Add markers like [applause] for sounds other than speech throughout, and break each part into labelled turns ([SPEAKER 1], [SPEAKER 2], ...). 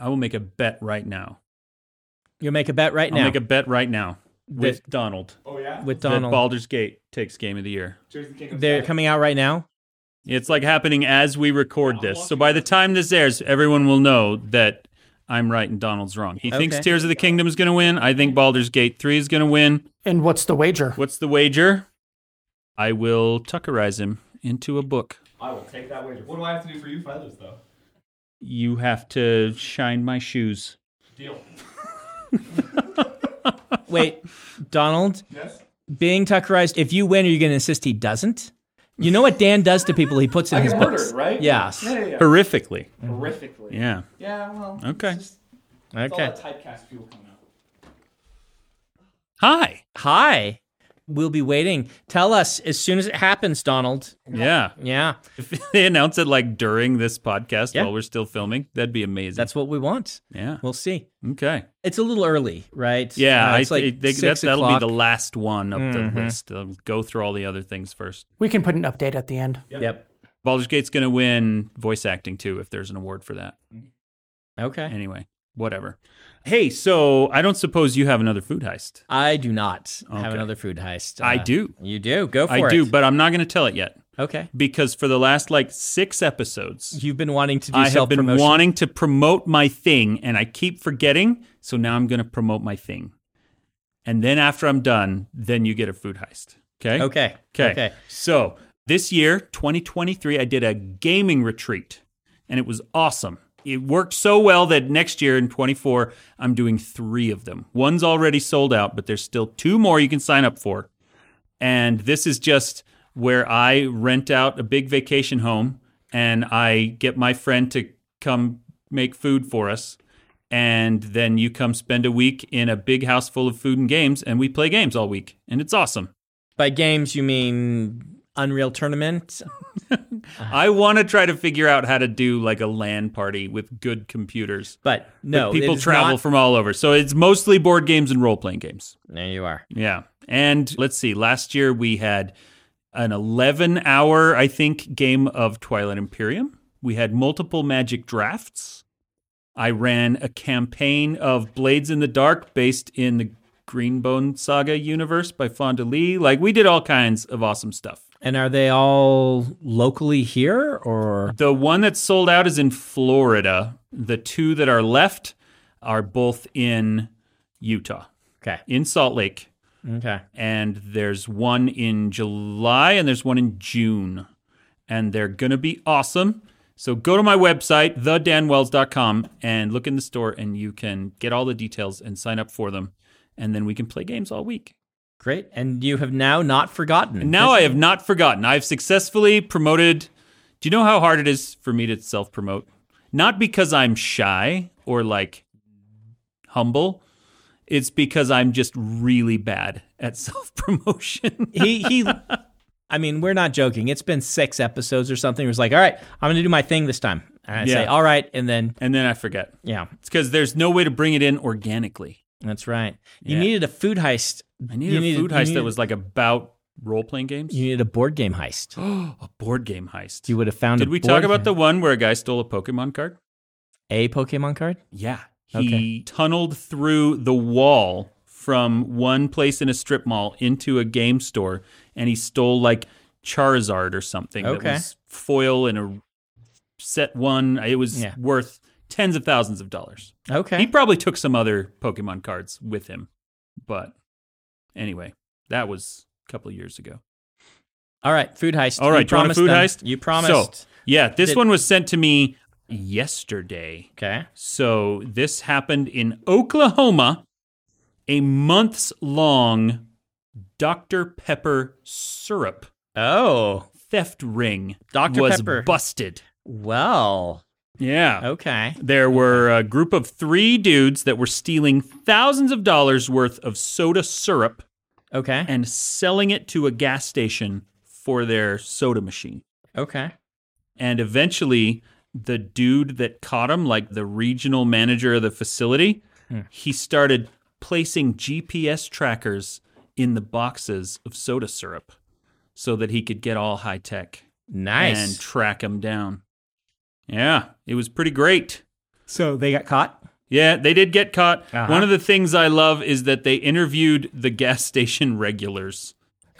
[SPEAKER 1] I will make a bet right now.
[SPEAKER 2] You'll make a bet right
[SPEAKER 1] I'll
[SPEAKER 2] now
[SPEAKER 1] make a bet right now with
[SPEAKER 2] That-
[SPEAKER 1] Donald
[SPEAKER 3] Oh yeah.
[SPEAKER 2] with
[SPEAKER 1] that
[SPEAKER 2] Donald.
[SPEAKER 1] Baldur's Gate takes Game of the Year.
[SPEAKER 3] Tears of the Kingdom.
[SPEAKER 2] They're
[SPEAKER 3] Sky.
[SPEAKER 2] coming out right now.
[SPEAKER 1] It's like happening as we record this. So by the time this airs, everyone will know that I'm right and Donald's wrong. He thinks
[SPEAKER 2] Okay.
[SPEAKER 1] Tears of the Kingdom is going to win. I think Baldur's Gate 3 is going to win.
[SPEAKER 4] And what's the wager?
[SPEAKER 1] What's the wager? I will Tuckerize him into a book.
[SPEAKER 3] I will take that wager. What do I have to do for you feathers though?
[SPEAKER 1] You have to shine my shoes.
[SPEAKER 3] Deal.
[SPEAKER 2] Wait, [laughs] Donald,
[SPEAKER 3] Yes.
[SPEAKER 2] being Tuckerized, if you win, are you going to insist he doesn't? You know what Dan does to people he puts in
[SPEAKER 3] I
[SPEAKER 2] his
[SPEAKER 3] get
[SPEAKER 2] books.
[SPEAKER 3] murdered, right?
[SPEAKER 2] Yes.
[SPEAKER 3] Yeah, yeah, yeah.
[SPEAKER 1] Horrifically.
[SPEAKER 2] Mm-hmm.
[SPEAKER 3] Horrifically.
[SPEAKER 1] Yeah.
[SPEAKER 3] Yeah. Well.
[SPEAKER 1] Okay.
[SPEAKER 3] It's just, it's
[SPEAKER 2] Okay.
[SPEAKER 3] All that typecast fuel coming out.
[SPEAKER 1] Hi.
[SPEAKER 2] Hi. We'll be waiting. Tell us as soon as it happens, Donald.
[SPEAKER 1] Yeah.
[SPEAKER 2] Yeah,
[SPEAKER 1] If [laughs] they announce it like during this podcast
[SPEAKER 2] Yeah.
[SPEAKER 1] while we're still filming, that'd be amazing.
[SPEAKER 2] that's what we want.
[SPEAKER 1] yeah.
[SPEAKER 2] We'll see.
[SPEAKER 1] Okay.
[SPEAKER 2] It's a little early, right?
[SPEAKER 1] Yeah,
[SPEAKER 2] Uh,
[SPEAKER 1] I
[SPEAKER 2] it's like
[SPEAKER 1] think they, that,
[SPEAKER 2] six
[SPEAKER 1] that'll
[SPEAKER 2] o'clock. Mm-hmm.
[SPEAKER 1] be the last one of the list. I'll go through all the other things first.
[SPEAKER 4] We can put an update at the end.
[SPEAKER 2] Yep.
[SPEAKER 1] Baldur's Gate's going to win voice acting too, if there's an award for that.
[SPEAKER 2] Okay.
[SPEAKER 1] Anyway, whatever. Hey, so I don't suppose you have another food heist.
[SPEAKER 2] I do not have
[SPEAKER 1] Okay.
[SPEAKER 2] another food heist.
[SPEAKER 1] I
[SPEAKER 2] Uh,
[SPEAKER 1] do.
[SPEAKER 2] You do. Go for
[SPEAKER 1] I
[SPEAKER 2] it.
[SPEAKER 1] do, but I'm not going to tell it yet
[SPEAKER 2] okay.
[SPEAKER 1] because for the last like six episodes,
[SPEAKER 2] You've been wanting to do
[SPEAKER 1] I have been
[SPEAKER 2] self-promotion.
[SPEAKER 1] wanting to promote my thing and I keep forgetting. So now I'm going to promote my thing. And then after I'm done, then you get a food heist. Okay.
[SPEAKER 2] Okay.
[SPEAKER 1] Okay.
[SPEAKER 2] Okay.
[SPEAKER 1] So this year, 2023, I did a gaming retreat and it was awesome. It worked so well that next year in 24, I'm doing three of them. One's already sold out, but there's still two more you can sign up for. And this is just where I rent out a big vacation home and I get my friend to come make food for us. And then you come spend a week in a big house full of food and games, and we play games all week. And it's awesome.
[SPEAKER 2] By games, you mean Unreal Tournament?
[SPEAKER 1] I want to try to figure out how to do like a LAN party with good computers.
[SPEAKER 2] But no,
[SPEAKER 1] But
[SPEAKER 2] it
[SPEAKER 1] people
[SPEAKER 2] is
[SPEAKER 1] travel
[SPEAKER 2] not-
[SPEAKER 1] from all over. So it's mostly board games and role playing games.
[SPEAKER 2] There you are.
[SPEAKER 1] Yeah. And let's see, last year we had an 11 hour, I think, game of Twilight Imperium. We had multiple magic drafts. I ran a campaign of Blades in the Dark based in the Greenbone Saga universe by Fonda Lee. Like, we did all kinds of awesome stuff.
[SPEAKER 2] And are they all locally here or?
[SPEAKER 1] The one that's sold out is in Florida. The two that are left are both in Utah,
[SPEAKER 2] Okay.
[SPEAKER 1] in Salt Lake.
[SPEAKER 2] Okay.
[SPEAKER 1] And there's one in July and there's one in June. And they're going to be awesome. So go to my website, thedanwells.com, and look in the store, and you can get all the details and sign up for them. And then we can play games all week.
[SPEAKER 2] Great. And you have now not forgotten.
[SPEAKER 1] Now
[SPEAKER 2] This-
[SPEAKER 1] I have not forgotten. I've successfully promoted. Do you know how hard it is for me to self promote? Not because I'm shy or like humble. It's because I'm just really bad at [laughs] self promotion.
[SPEAKER 2] he he [laughs] I mean, we're not joking. It's been six episodes or something. He was like, All right, I'm gonna do my thing this time. And I say,
[SPEAKER 1] Yeah.
[SPEAKER 2] All right, and then
[SPEAKER 1] and then I forget.
[SPEAKER 2] yeah,
[SPEAKER 1] It's because there's no way to bring it in organically.
[SPEAKER 2] that's right. You
[SPEAKER 1] Yeah.
[SPEAKER 2] needed a food heist.
[SPEAKER 1] I needed
[SPEAKER 2] You
[SPEAKER 1] a
[SPEAKER 2] needed-
[SPEAKER 1] food
[SPEAKER 2] you
[SPEAKER 1] heist
[SPEAKER 2] needed-
[SPEAKER 1] that was like about role playing games.
[SPEAKER 2] You needed a board game heist.
[SPEAKER 1] [gasps] a board game heist.
[SPEAKER 2] You would have found
[SPEAKER 1] Did
[SPEAKER 2] a
[SPEAKER 1] we
[SPEAKER 2] board
[SPEAKER 1] talk about the
[SPEAKER 2] game-
[SPEAKER 1] one where a guy stole a Pokemon card?
[SPEAKER 2] a Pokemon card?
[SPEAKER 1] Yeah. He
[SPEAKER 2] Okay.
[SPEAKER 1] tunneled through the wall from one place in a strip mall into a game store and he stole like Charizard or something
[SPEAKER 2] Okay.
[SPEAKER 1] that was foil in a set one. It was
[SPEAKER 2] Yeah.
[SPEAKER 1] worth tens of thousands of dollars.
[SPEAKER 2] Okay.
[SPEAKER 1] He probably took some other Pokemon cards with him. But anyway, that was a couple of years ago.
[SPEAKER 2] All right, food heist.
[SPEAKER 1] All
[SPEAKER 2] You
[SPEAKER 1] right, do you want a
[SPEAKER 2] promised
[SPEAKER 1] food
[SPEAKER 2] them.
[SPEAKER 1] heist?
[SPEAKER 2] You promised.
[SPEAKER 1] So, yeah, this
[SPEAKER 2] Did-
[SPEAKER 1] one was sent to me yesterday.
[SPEAKER 2] okay.
[SPEAKER 1] So this happened in Oklahoma, a months long Dr. Pepper syrup
[SPEAKER 2] Oh.
[SPEAKER 1] theft ring
[SPEAKER 2] Dr.
[SPEAKER 1] was
[SPEAKER 2] Pepper. Oh.
[SPEAKER 1] busted.
[SPEAKER 2] Well.
[SPEAKER 1] Yeah.
[SPEAKER 2] Okay.
[SPEAKER 1] There were a group of three dudes that were stealing thousands of dollars worth of soda syrup
[SPEAKER 2] Okay.
[SPEAKER 1] and selling it to a gas station for their soda machine.
[SPEAKER 2] Okay.
[SPEAKER 1] and eventually the dude that caught him like the regional manager of the facility he started placing gps trackers in the boxes of soda syrup so that he could get all high tech
[SPEAKER 2] Nice.
[SPEAKER 1] and track him down yeah it was pretty great
[SPEAKER 2] So they got caught.
[SPEAKER 1] Yeah, they did get caught.
[SPEAKER 2] Uh-huh.
[SPEAKER 1] One of the things I love is that they interviewed the gas [laughs] station regulars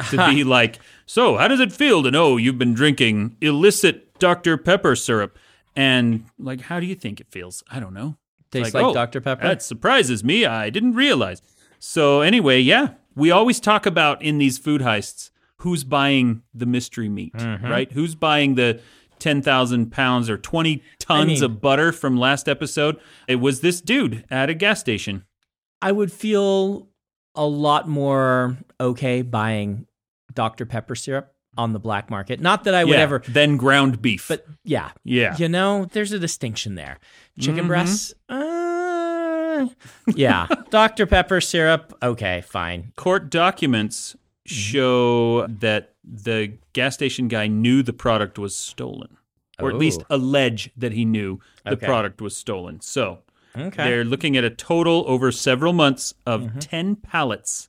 [SPEAKER 1] to be like, "So, how does it feel to know you've been drinking illicit Dr Pepper syrup?" And like, "How do you think it feels?" I don't know.
[SPEAKER 2] Tastes
[SPEAKER 1] Like,
[SPEAKER 2] like,
[SPEAKER 1] oh,
[SPEAKER 2] Dr. Pepper.
[SPEAKER 1] That surprises me. I didn't realize. So, anyway, yeah, we always talk about in these food heists who's buying the mystery meat,
[SPEAKER 2] Mm-hmm.
[SPEAKER 1] right? Who's buying the 10,000 pounds or 20 tons
[SPEAKER 2] mean-
[SPEAKER 1] of butter from last episode? It was this dude at a gas station.
[SPEAKER 2] I would feel a lot more okay buying Dr. Pepper syrup on the black market. Not that I would
[SPEAKER 1] Yeah,
[SPEAKER 2] ever,
[SPEAKER 1] Then ground beef.
[SPEAKER 2] but yeah,
[SPEAKER 1] yeah. Mm-hmm.
[SPEAKER 2] you know, there's a distinction there. Chicken breasts, uh,
[SPEAKER 1] [laughs]
[SPEAKER 2] yeah. Dr. Pepper syrup, okay, fine.
[SPEAKER 1] Court documents
[SPEAKER 2] Mm-hmm.
[SPEAKER 1] show that the gas station guy knew the product was stolen, or at least allege that he knew the
[SPEAKER 2] Oh. Okay.
[SPEAKER 1] product was stolen. So,
[SPEAKER 2] Okay. Mm-hmm.
[SPEAKER 1] They're looking at a total over several months of 10 pallets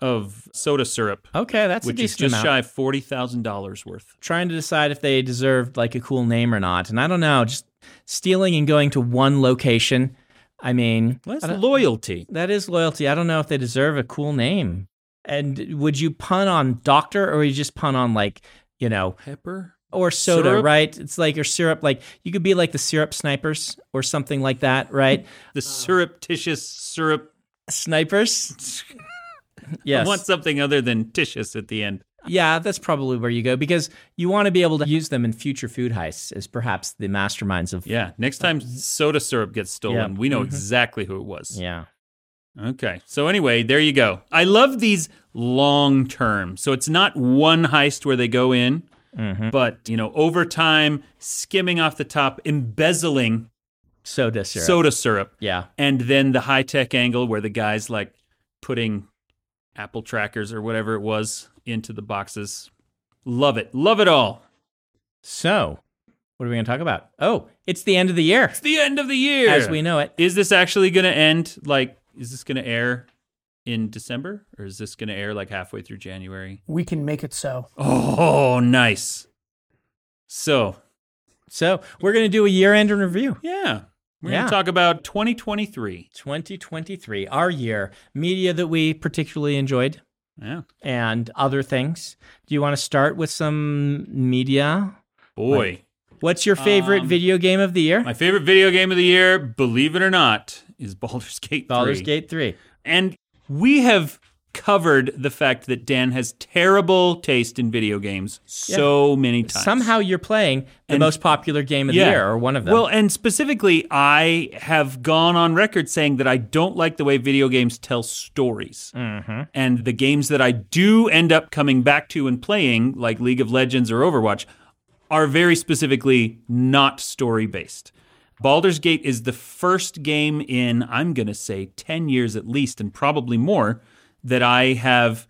[SPEAKER 1] of soda syrup,
[SPEAKER 2] okay, that's a
[SPEAKER 1] which is
[SPEAKER 2] decent
[SPEAKER 1] just
[SPEAKER 2] amount.
[SPEAKER 1] shy of $40,000 worth.
[SPEAKER 2] Trying to decide if they deserved like a cool name or not. And I don't know, just stealing and going to one location. I mean,
[SPEAKER 1] Well,
[SPEAKER 2] I
[SPEAKER 1] that's
[SPEAKER 2] don't-
[SPEAKER 1] loyalty.
[SPEAKER 2] That is loyalty. I don't know if they deserve a cool name. And would you pun on doctor or you just pun on like, you know,
[SPEAKER 1] Pepper?
[SPEAKER 2] or soda,
[SPEAKER 1] Syrup?
[SPEAKER 2] right? It's like or syrup, like you could be like the syrup snipers or something like that, right?
[SPEAKER 1] The surreptitious syrup.
[SPEAKER 2] snipers.
[SPEAKER 1] I
[SPEAKER 2] yes.
[SPEAKER 1] want something other than titious at the end.
[SPEAKER 2] Yeah, that's probably where you go because you want to be able to use them in future food heists as perhaps the masterminds of
[SPEAKER 1] Yeah. Next time soda syrup gets stolen,
[SPEAKER 2] Uh, Yeah. Mm-hmm.
[SPEAKER 1] we know exactly who it was.
[SPEAKER 2] Yeah.
[SPEAKER 1] Okay. So anyway, there you go. I love these long term. So it's not one heist where they go in,
[SPEAKER 2] Mm-hmm.
[SPEAKER 1] but you know, over time, skimming off the top, embezzling
[SPEAKER 2] Soda syrup.
[SPEAKER 1] soda syrup,
[SPEAKER 2] yeah.
[SPEAKER 1] and then the high tech angle where the guys like putting Apple trackers or whatever it was into the boxes. Love it. Love it all.
[SPEAKER 2] So, what are we going to talk about? Oh, it's the end of the year
[SPEAKER 1] It's the end of the year.
[SPEAKER 2] as we know it.
[SPEAKER 1] Is this actually going to end like is this going to air in December or is this going to air like halfway through January?
[SPEAKER 4] We can make it so.
[SPEAKER 1] Oh, nice. So,
[SPEAKER 2] So, we're going to do a year-end in review.
[SPEAKER 1] yeah, we're
[SPEAKER 2] Yeah.
[SPEAKER 1] going to talk about 2023.
[SPEAKER 2] 2023, our year, media that we particularly enjoyed
[SPEAKER 1] Yeah.
[SPEAKER 2] and other things. Do you want to start with some media?
[SPEAKER 1] Boy,
[SPEAKER 2] What's your favorite
[SPEAKER 1] Um,
[SPEAKER 2] video game of the year?
[SPEAKER 1] my favorite video game of the year, believe it or not, is Baldur's Gate 3.
[SPEAKER 2] Baldur's Gate 3.
[SPEAKER 1] And we have covered the fact that Dan has terrible taste in video games so many times.
[SPEAKER 2] Somehow you're playing the
[SPEAKER 1] And-
[SPEAKER 2] most popular game of the year or one of them.
[SPEAKER 1] Well, and specifically, I have gone on record saying that I don't like the way video games tell stories. Mm-hmm. And the games that I do end up coming back to and playing, like League of Legends or Overwatch, are very specifically not story based. Baldur's Gate is the first game in, I'm going to say, 10 years at least, and probably more, that I have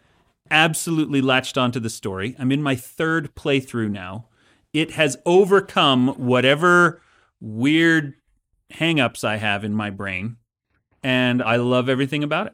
[SPEAKER 1] absolutely latched onto the story. I'm in my third playthrough now. It has overcome whatever weird hangups I have in my brain, and I love everything about it.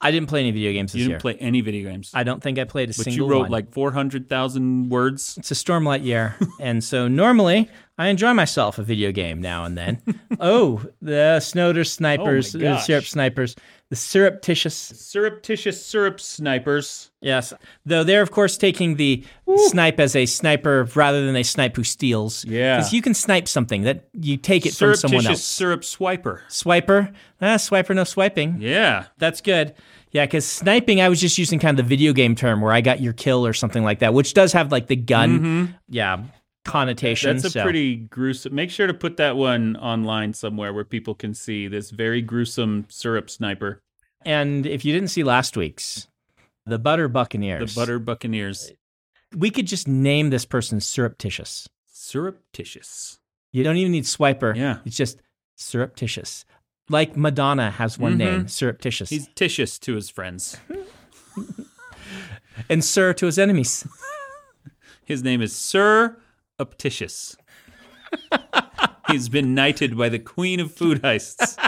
[SPEAKER 2] I didn't play any video games
[SPEAKER 1] You
[SPEAKER 2] this
[SPEAKER 1] didn't
[SPEAKER 2] year.
[SPEAKER 1] play any video games,
[SPEAKER 2] I don't think I played a
[SPEAKER 1] but you
[SPEAKER 2] single
[SPEAKER 1] wrote
[SPEAKER 2] one.
[SPEAKER 1] like 400,000 words.
[SPEAKER 2] it's a stormlight year, and so normally I enjoy myself a video game now and
[SPEAKER 1] [laughs]
[SPEAKER 2] then. oh, the Snowder snipers,
[SPEAKER 1] Oh my
[SPEAKER 2] the
[SPEAKER 1] gosh.
[SPEAKER 2] syrup snipers, the surreptitious
[SPEAKER 1] Surreptitious syrup snipers.
[SPEAKER 2] Yes. Though they're, of course, taking the snipe as a sniper rather than a snipe who steals.
[SPEAKER 1] Yeah.
[SPEAKER 2] Because you can snipe something that you take it from someone
[SPEAKER 1] Surreptitious
[SPEAKER 2] else.
[SPEAKER 1] syrup swiper.
[SPEAKER 2] Swiper. Ah, swiper, no swiping.
[SPEAKER 1] Yeah.
[SPEAKER 2] That's good. Yeah, because sniping, I was just using kind of the video game term where I got your kill or something like that, which does have like the gun, yeah, connotation.
[SPEAKER 1] Mm-hmm. That's a
[SPEAKER 2] so.
[SPEAKER 1] pretty gruesome. Make sure to put that one online somewhere where people can see this very gruesome syrup sniper,
[SPEAKER 2] And if you didn't see last week's, the Butter
[SPEAKER 1] the
[SPEAKER 2] Buccaneers,
[SPEAKER 1] Butter Buccaneers.
[SPEAKER 2] we could just name this person surreptitious.
[SPEAKER 1] Surreptitious.
[SPEAKER 2] You don't even need swiper.
[SPEAKER 1] Yeah.
[SPEAKER 2] It's just surreptitious. Like Madonna has one name, surreptitious.
[SPEAKER 1] Mm-hmm. He's titious to his friends.
[SPEAKER 2] and sir to his enemies. [laughs]
[SPEAKER 1] His name is Sir
[SPEAKER 2] [laughs]
[SPEAKER 1] Uptitious. He's been knighted by the Queen of Food Heists.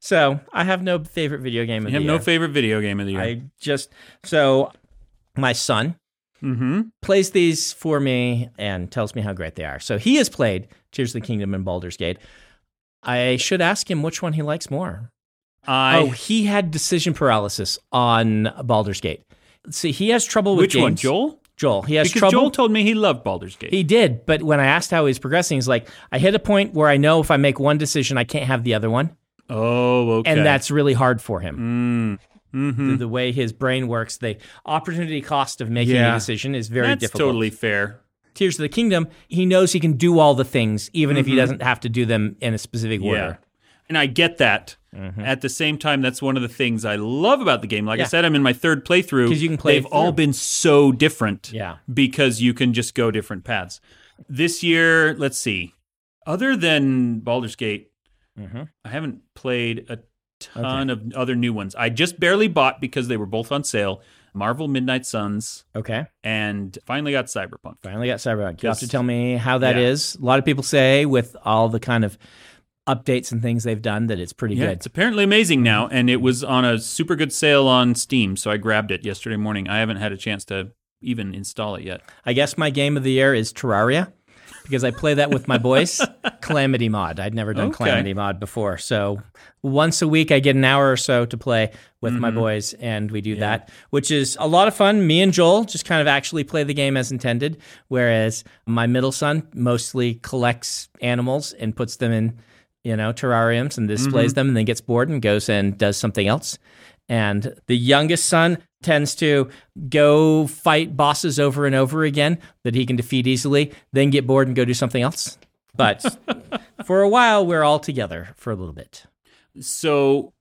[SPEAKER 2] So I have no favorite video game of
[SPEAKER 1] You have
[SPEAKER 2] the
[SPEAKER 1] no
[SPEAKER 2] year.
[SPEAKER 1] favorite video game of the year.
[SPEAKER 2] I just so my son
[SPEAKER 1] Mm-hmm.
[SPEAKER 2] plays these for me and tells me how great they are. So he has played Tears of the Kingdom and Baldur's Gate. I should ask him which one he likes more.
[SPEAKER 1] I
[SPEAKER 2] oh, he had decision paralysis on Baldur's Gate. Let's see, he has trouble with
[SPEAKER 1] which one,
[SPEAKER 2] games.
[SPEAKER 1] Joel?
[SPEAKER 2] Joel. He has
[SPEAKER 1] Because
[SPEAKER 2] trouble.
[SPEAKER 1] Joel told me he loved Baldur's Gate.
[SPEAKER 2] He did, but when I asked how he's progressing, he's like, I hit a point where I know if I make one decision, I can't have the other one.
[SPEAKER 1] oh, okay. Mm. Mm-hmm.
[SPEAKER 2] And that's really hard for him. The, the way his brain works, the opportunity cost of making
[SPEAKER 1] Yeah.
[SPEAKER 2] a decision is very
[SPEAKER 1] That's
[SPEAKER 2] difficult.
[SPEAKER 1] totally fair.
[SPEAKER 2] Tears of the Kingdom, he knows he can do all the things, even if he doesn't have to do them in a specific
[SPEAKER 1] Mm-hmm. Yeah.
[SPEAKER 2] order.
[SPEAKER 1] And I get that. At the same time, that's one of the things I love about the game. Like I
[SPEAKER 2] Mm-hmm. Yeah.
[SPEAKER 1] said, I'm in my third playthrough.
[SPEAKER 2] 'Cause you can play
[SPEAKER 1] They've
[SPEAKER 2] it
[SPEAKER 1] all
[SPEAKER 2] through.
[SPEAKER 1] been so different.
[SPEAKER 2] Yeah.
[SPEAKER 1] Because you can just go different paths. This year, let's see. Other than Baldur's Gate,
[SPEAKER 2] Mhm.
[SPEAKER 1] I haven't played a ton of other new ones. I just barely bought because they were both on sale. Marvel Midnight Suns
[SPEAKER 2] Okay.
[SPEAKER 1] and finally got Cyberpunk.
[SPEAKER 2] Finally got Cyberpunk. You have to
[SPEAKER 1] Yes.
[SPEAKER 2] tell me how that
[SPEAKER 1] Yeah.
[SPEAKER 2] is. A lot of people say with all the kind of updates and things they've done that it's pretty
[SPEAKER 1] Yeah,
[SPEAKER 2] good.
[SPEAKER 1] it's apparently amazing now, and it was on a super good sale on Steam, so I grabbed it yesterday morning. I haven't had a chance to even install it yet.
[SPEAKER 2] I guess my game of the year is Terraria because I play that with my
[SPEAKER 1] [laughs]
[SPEAKER 2] boys. Calamity Mod. I'd never done
[SPEAKER 1] Okay.
[SPEAKER 2] Calamity Mod before. So once a week, I get an hour or so to play with my boys, and we do that, which is a lot of fun. Me and Joel just kind of actually play the game as intended, whereas my middle son mostly collects animals and puts them in. You know, terrariums and displays them and then gets bored and goes and does something else. And the youngest son tends to go fight bosses over and over again that he can defeat easily, then get bored and go do something else. But for a while, we're all together for a little bit.
[SPEAKER 1] So,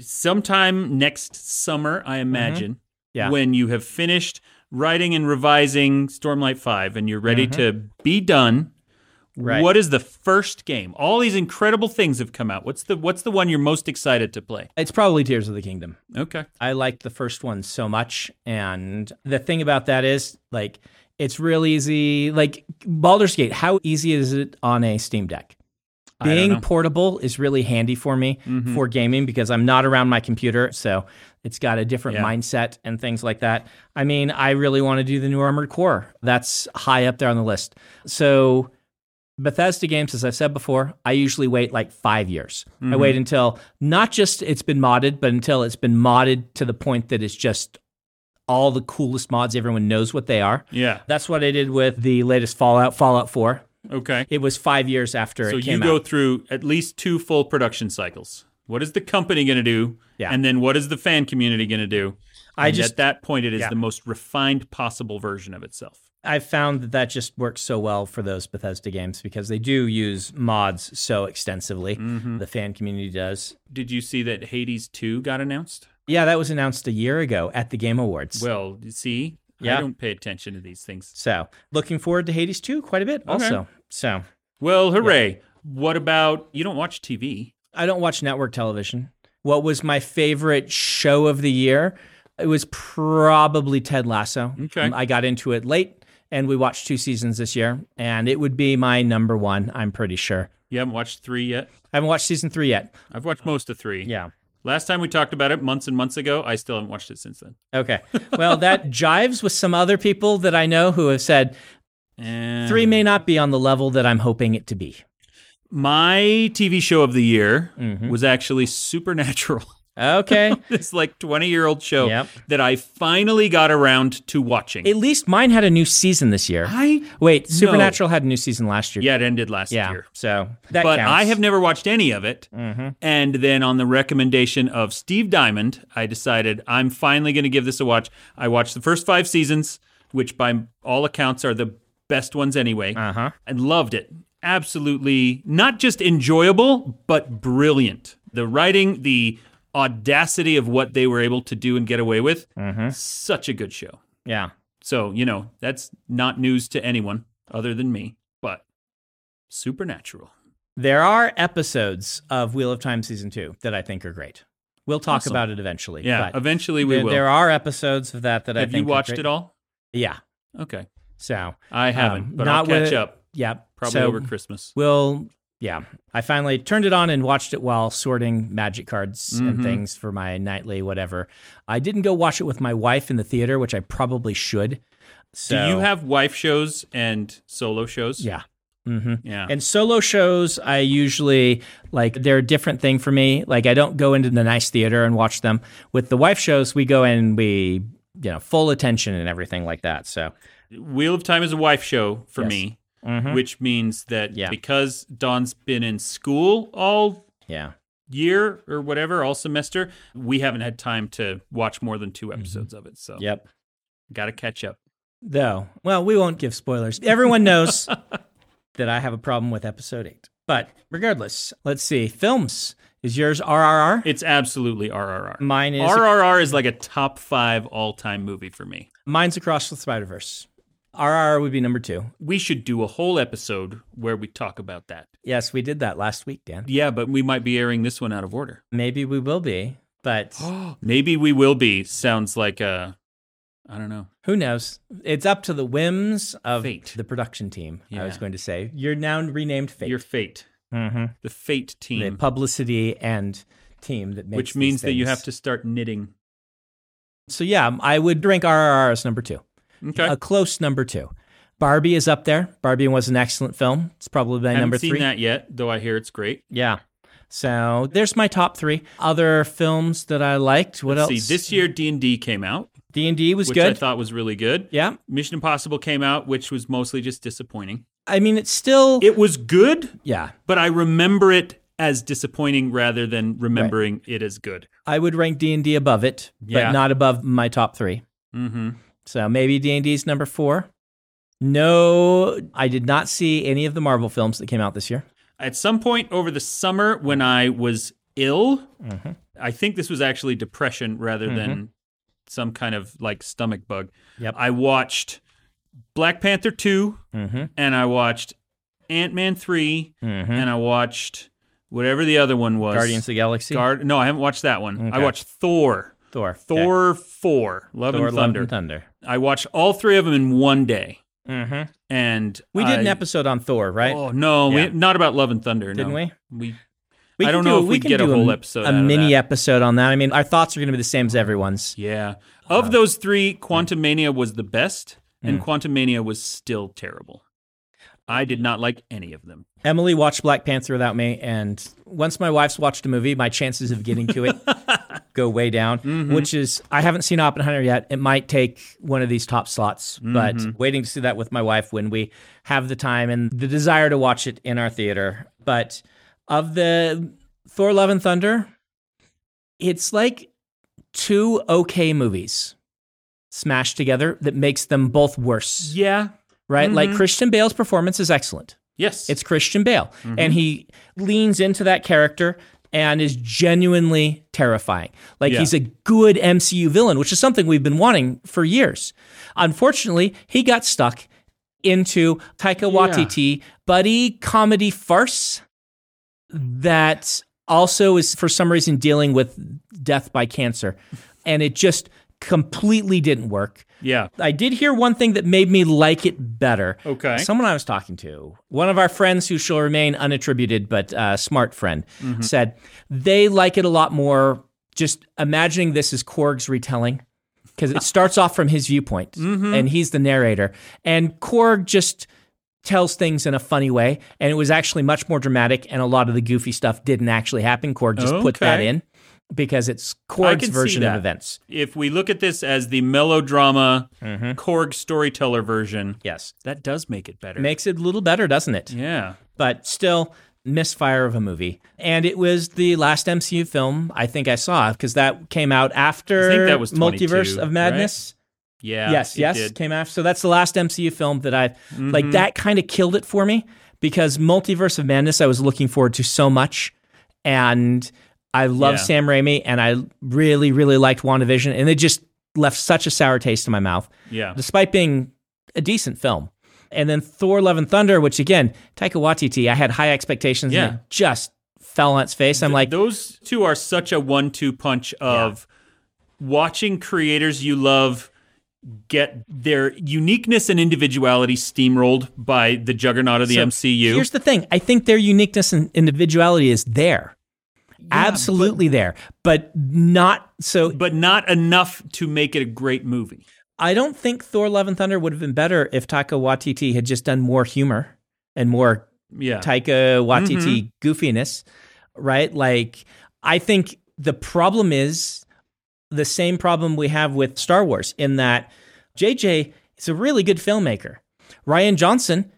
[SPEAKER 1] sometime next summer, I imagine,
[SPEAKER 2] Yeah.
[SPEAKER 1] when you have finished writing and revising Stormlight 5 and you're ready to be done.
[SPEAKER 2] Right.
[SPEAKER 1] What is the first game? All these incredible things have come out. What's the what's the one you're most excited to play?
[SPEAKER 2] It's probably Tears of the Kingdom.
[SPEAKER 1] Okay.
[SPEAKER 2] I liked the first one so much. And the thing about that is, like, it's real easy. Like, Baldur's Gate, how easy is it on a Steam Deck?
[SPEAKER 1] don't
[SPEAKER 2] Being
[SPEAKER 1] know. Mm-hmm.
[SPEAKER 2] portable is really handy for me for gaming because I'm not around my computer. So it's got a different
[SPEAKER 1] Yeah.
[SPEAKER 2] mindset and things like that. I mean, I really want to do the new Armored Core. That's high up there on the list. So Bethesda games, as I've said before, I usually wait like five years. I
[SPEAKER 1] Mm-hmm.
[SPEAKER 2] wait until not just it's been modded, but until it's been modded to the point that it's just all the coolest mods. Everyone knows what they are.
[SPEAKER 1] Yeah.
[SPEAKER 2] That's what I did with the latest Fallout, Fallout 4.
[SPEAKER 1] Okay.
[SPEAKER 2] It was five years after
[SPEAKER 1] So
[SPEAKER 2] it
[SPEAKER 1] you
[SPEAKER 2] came
[SPEAKER 1] go
[SPEAKER 2] out.
[SPEAKER 1] through at least two full production cycles. What is the company going to do?
[SPEAKER 2] Yeah.
[SPEAKER 1] And then what is the fan community going to do?
[SPEAKER 2] I
[SPEAKER 1] And
[SPEAKER 2] just-
[SPEAKER 1] at that point, it is
[SPEAKER 2] yeah.
[SPEAKER 1] the most refined possible version of itself.
[SPEAKER 2] I found that that just works so well for those Bethesda games because they do use mods so extensively.
[SPEAKER 1] Mm-hmm.
[SPEAKER 2] The fan community does.
[SPEAKER 1] Did you see that Hades 2 got announced?
[SPEAKER 2] Yeah, that was announced a year ago at the Game Awards.
[SPEAKER 1] Well, you see, I
[SPEAKER 2] Yeah.
[SPEAKER 1] don't pay attention to these things.
[SPEAKER 2] so looking forward to Hades 2 quite a bit also. So
[SPEAKER 1] Well, hooray. What about you don't watch TV?
[SPEAKER 2] I don't watch network television. What was my favorite show of the year? It was probably Ted Lasso.
[SPEAKER 1] Okay.
[SPEAKER 2] Um, I got into it late and we watched two seasons this year, and it would be my number one, I'm pretty sure.
[SPEAKER 1] You haven't watched 3 yet?
[SPEAKER 2] I haven't watched season three yet.
[SPEAKER 1] I've watched most of 3.
[SPEAKER 2] Yeah.
[SPEAKER 1] Last time we talked about it months and months ago, I still haven't watched it since then.
[SPEAKER 2] Okay. Well, that
[SPEAKER 1] [laughs]
[SPEAKER 2] jives with some other people that I know who have said
[SPEAKER 1] And
[SPEAKER 2] three may not be on the level that I'm hoping it to be.
[SPEAKER 1] My TV show of the year
[SPEAKER 2] Mm-hmm.
[SPEAKER 1] was actually Supernatural. [laughs]
[SPEAKER 2] Okay.
[SPEAKER 1] this like 20 year old show
[SPEAKER 2] Yep.
[SPEAKER 1] that I finally got around to watching.
[SPEAKER 2] At least mine had a new season this year.
[SPEAKER 1] I
[SPEAKER 2] Wait, Supernatural had a new season last year.
[SPEAKER 1] yeah, it ended last
[SPEAKER 2] Yeah.
[SPEAKER 1] year.
[SPEAKER 2] So that
[SPEAKER 1] But
[SPEAKER 2] counts. Mm-hmm.
[SPEAKER 1] I have never watched any of it. And then on the recommendation of Steve Diamond, I decided I'm finally going to give this a watch. I watched the first five seasons, which by all accounts are the best ones anyway. Uh
[SPEAKER 2] Uh-huh.
[SPEAKER 1] huh. I loved it. Absolutely not just enjoyable, but brilliant. The writing, the audacity of what they were able to do and get away with.
[SPEAKER 2] Mm-hmm.
[SPEAKER 1] Such a good show.
[SPEAKER 2] Yeah.
[SPEAKER 1] So, you know, that's not news to anyone other than me, but supernatural.
[SPEAKER 2] There are episodes of Wheel of Time season two that I think are great. We'll talk
[SPEAKER 1] Awesome.
[SPEAKER 2] about it eventually.
[SPEAKER 1] Yeah,
[SPEAKER 2] but
[SPEAKER 1] eventually we
[SPEAKER 2] there,
[SPEAKER 1] will.
[SPEAKER 2] there are episodes of that that I
[SPEAKER 1] Have
[SPEAKER 2] think
[SPEAKER 1] you watched
[SPEAKER 2] are great.
[SPEAKER 1] it all?
[SPEAKER 2] Yeah.
[SPEAKER 1] Okay.
[SPEAKER 2] So
[SPEAKER 1] I haven't,
[SPEAKER 2] um,
[SPEAKER 1] but
[SPEAKER 2] not
[SPEAKER 1] I'll catch
[SPEAKER 2] with-
[SPEAKER 1] up
[SPEAKER 2] Yeah.
[SPEAKER 1] probably
[SPEAKER 2] so
[SPEAKER 1] over Christmas.
[SPEAKER 2] We'll. Yeah. I finally turned it on and watched it while sorting magic cards and things for my nightly whatever. I didn't go watch it with my wife in the theater, which I probably should.
[SPEAKER 1] Do
[SPEAKER 2] So
[SPEAKER 1] you have wife shows and solo shows?
[SPEAKER 2] yeah. hmm
[SPEAKER 1] Yeah.
[SPEAKER 2] And solo shows, I usually like they're a different thing for me. Like I don't go into the nice theater and watch them. With the wife shows, we go in and we, you know, full attention and everything like that. So
[SPEAKER 1] Wheel of Time is a wife show for
[SPEAKER 2] Yes.
[SPEAKER 1] me,
[SPEAKER 2] mhm.
[SPEAKER 1] which means that
[SPEAKER 2] Yeah.
[SPEAKER 1] because Dawn's been in school all
[SPEAKER 2] yeah,
[SPEAKER 1] year or whatever, all semester, we haven't had time to watch more than
[SPEAKER 2] Mm-hmm.
[SPEAKER 1] two episodes of it. So
[SPEAKER 2] yep.
[SPEAKER 1] got to catch up.
[SPEAKER 2] Though, well, we won't give spoilers. Everyone knows
[SPEAKER 1] [laughs]
[SPEAKER 2] that I have a problem with episode eight. But regardless, let's see. Films is yours RRR.
[SPEAKER 1] It's absolutely RRR.
[SPEAKER 2] Mine is
[SPEAKER 1] RRR is like a top five all time movie for me.
[SPEAKER 2] mine's Across the Spider Verse. RRR would be number two.
[SPEAKER 1] We should do a whole episode where we talk about that.
[SPEAKER 2] Yes, we did that last week, Dan.
[SPEAKER 1] Yeah, but we might be airing this one out of
[SPEAKER 2] [gasps]
[SPEAKER 1] order.
[SPEAKER 2] Maybe we will be, but
[SPEAKER 1] [gasps] Maybe we will be. Sounds like a, I don't know.
[SPEAKER 2] who knows? It's up to the whims of
[SPEAKER 1] Fate.
[SPEAKER 2] the production team. I was
[SPEAKER 1] Yeah.
[SPEAKER 2] going to say you're now renamed Fate.
[SPEAKER 1] Your fate,
[SPEAKER 2] hmm
[SPEAKER 1] the fate
[SPEAKER 2] The
[SPEAKER 1] team,
[SPEAKER 2] publicity and team that makes
[SPEAKER 1] which
[SPEAKER 2] these
[SPEAKER 1] means that you
[SPEAKER 2] things.
[SPEAKER 1] have to start knitting.
[SPEAKER 2] So yeah, I would rank RRR as number two,
[SPEAKER 1] Okay,
[SPEAKER 2] a close number two. Barbie is up there. Barbie was an excellent film. It's probably my
[SPEAKER 1] haven't
[SPEAKER 2] number
[SPEAKER 1] seen
[SPEAKER 2] three.
[SPEAKER 1] that yet, though. I hear it's great.
[SPEAKER 2] Yeah. So there's my top three other films that I liked. What
[SPEAKER 1] See,
[SPEAKER 2] else?
[SPEAKER 1] this year D and D came out,
[SPEAKER 2] D and D was
[SPEAKER 1] which I
[SPEAKER 2] good.
[SPEAKER 1] thought was really good.
[SPEAKER 2] yeah.
[SPEAKER 1] Mission Impossible came out, which was mostly just disappointing.
[SPEAKER 2] I mean, it's still
[SPEAKER 1] It was good,
[SPEAKER 2] yeah.
[SPEAKER 1] but I remember it as disappointing rather than remembering it as good.
[SPEAKER 2] I would rank D and D above it, but
[SPEAKER 1] Yeah.
[SPEAKER 2] not above my top three.
[SPEAKER 1] Mm-hmm.
[SPEAKER 2] So maybe D and D's number four. No, I did not see any of the Marvel films that came out this year.
[SPEAKER 1] At some point over the summer when I was ill,
[SPEAKER 2] Mm-hmm.
[SPEAKER 1] I think this was actually depression rather than some kind of like stomach bug.
[SPEAKER 2] Yep.
[SPEAKER 1] I watched Black Panther 2
[SPEAKER 2] Mm-hmm.
[SPEAKER 1] and I watched Ant Man 3
[SPEAKER 2] Mm-hmm.
[SPEAKER 1] and I watched whatever the other one was.
[SPEAKER 2] Guardians of the Galaxy.
[SPEAKER 1] Guard- no, I haven't watched that one. I
[SPEAKER 2] Okay.
[SPEAKER 1] watched Thor.
[SPEAKER 2] Thor. Okay.
[SPEAKER 1] Thor 4, Love
[SPEAKER 2] Thor.
[SPEAKER 1] and Thunder.
[SPEAKER 2] Love and Thunder.
[SPEAKER 1] I watched all three of them in one day.
[SPEAKER 2] Mm-hmm.
[SPEAKER 1] And
[SPEAKER 2] We did an
[SPEAKER 1] I-
[SPEAKER 2] episode on Thor, right?
[SPEAKER 1] Oh no,
[SPEAKER 2] Yeah.
[SPEAKER 1] we, not about Love and Thunder.
[SPEAKER 2] Didn't
[SPEAKER 1] no.
[SPEAKER 2] we?
[SPEAKER 1] We
[SPEAKER 2] We
[SPEAKER 1] I
[SPEAKER 2] can
[SPEAKER 1] don't
[SPEAKER 2] do-
[SPEAKER 1] know if
[SPEAKER 2] we
[SPEAKER 1] we'd
[SPEAKER 2] can
[SPEAKER 1] get a
[SPEAKER 2] do
[SPEAKER 1] whole episode
[SPEAKER 2] a
[SPEAKER 1] out of
[SPEAKER 2] mini
[SPEAKER 1] that.
[SPEAKER 2] episode on that. I mean, our thoughts are going to be the same as everyone's.
[SPEAKER 1] yeah. Of
[SPEAKER 2] Uh-huh.
[SPEAKER 1] those three,
[SPEAKER 2] Mm.
[SPEAKER 1] Quantum Mania was the best, and Quantum Mania was still terrible. I did not like any of them.
[SPEAKER 2] Emily watched Black Panther without me, and once my wife's watched a movie, my chances of getting to it go way down. Which is, I haven't seen Oppenheimer yet. It might take one of these top slots, but waiting to see that with my wife when we have the time and the desire to watch it in our theater. But of the Thor: Love and Thunder, it's like two okay movies smashed together that makes them both worse,
[SPEAKER 1] Yeah.
[SPEAKER 2] right? Like Christian Bale's performance is excellent.
[SPEAKER 1] Yes. Mm-hmm.
[SPEAKER 2] It's Christian Bale. And he leans into that character and is genuinely terrifying. Like
[SPEAKER 1] Yeah.
[SPEAKER 2] he's a good MCU villain, which is something we've been wanting for years. Unfortunately, he got stuck into Taika Waititi buddy comedy farce that also is for some reason dealing with death by cancer. And it just completely didn't work.
[SPEAKER 1] yeah.
[SPEAKER 2] I did hear one thing that made me like it better.
[SPEAKER 1] Okay.
[SPEAKER 2] Someone I was talking to, one of our friends who shall remain unattributed but uh, smart friend,
[SPEAKER 1] Mm-hmm.
[SPEAKER 2] said they like it a lot more just imagining this is Korg's retelling because it starts off from his viewpoint
[SPEAKER 1] Mm-hmm.
[SPEAKER 2] and he's the narrator. And Korg just tells things in a funny way. And it was actually much more dramatic and a lot of the goofy stuff didn't actually happen. Korg just put
[SPEAKER 1] Okay.
[SPEAKER 2] that in because it's
[SPEAKER 1] can
[SPEAKER 2] Korg's
[SPEAKER 1] see
[SPEAKER 2] version of
[SPEAKER 1] that.
[SPEAKER 2] events.
[SPEAKER 1] If we look at this as the melodrama
[SPEAKER 2] Mm-hmm.
[SPEAKER 1] Korg storyteller version,
[SPEAKER 2] Yes.
[SPEAKER 1] that does make it better.
[SPEAKER 2] Makes it a little better, doesn't it?
[SPEAKER 1] yeah.
[SPEAKER 2] but still misfire of a movie and it was the last mcu film i think i saw because that came out after
[SPEAKER 1] I think that was 22,
[SPEAKER 2] multiverse of madness
[SPEAKER 1] Yeah.
[SPEAKER 2] yes
[SPEAKER 1] it
[SPEAKER 2] yes
[SPEAKER 1] did. Mm-hmm.
[SPEAKER 2] came after so that's the last mcu film that i've like that kind of killed it for me because multiverse of madness i was looking forward to so much and i love
[SPEAKER 1] Yeah.
[SPEAKER 2] sam raimi and i really really liked wandavision and it just left such a sour taste in my mouth
[SPEAKER 1] Yeah.
[SPEAKER 2] despite being a decent film. And then Thor: Love and Thunder, which again, Taika Waititi, I had high expectations.
[SPEAKER 1] Yeah.
[SPEAKER 2] and it just fell on its face. I'm like,
[SPEAKER 1] those two are such a one-two punch of watching creators you love get their uniqueness and individuality steamrolled by the juggernaut of the
[SPEAKER 2] So,
[SPEAKER 1] MCU.
[SPEAKER 2] here's the thing: I think their uniqueness and individuality is there, absolutely there, but not so.
[SPEAKER 1] but not enough to make it a great movie.
[SPEAKER 2] I don't think Thor: Love and Thunder would have been better if Taika Waititi had just done more humor and more
[SPEAKER 1] Yeah. Mm-hmm.
[SPEAKER 2] Taika Waititi goofiness, right? Like, I think the problem is the same problem we have with Star Wars in that JJ is a really good filmmaker. Ryan Johnson,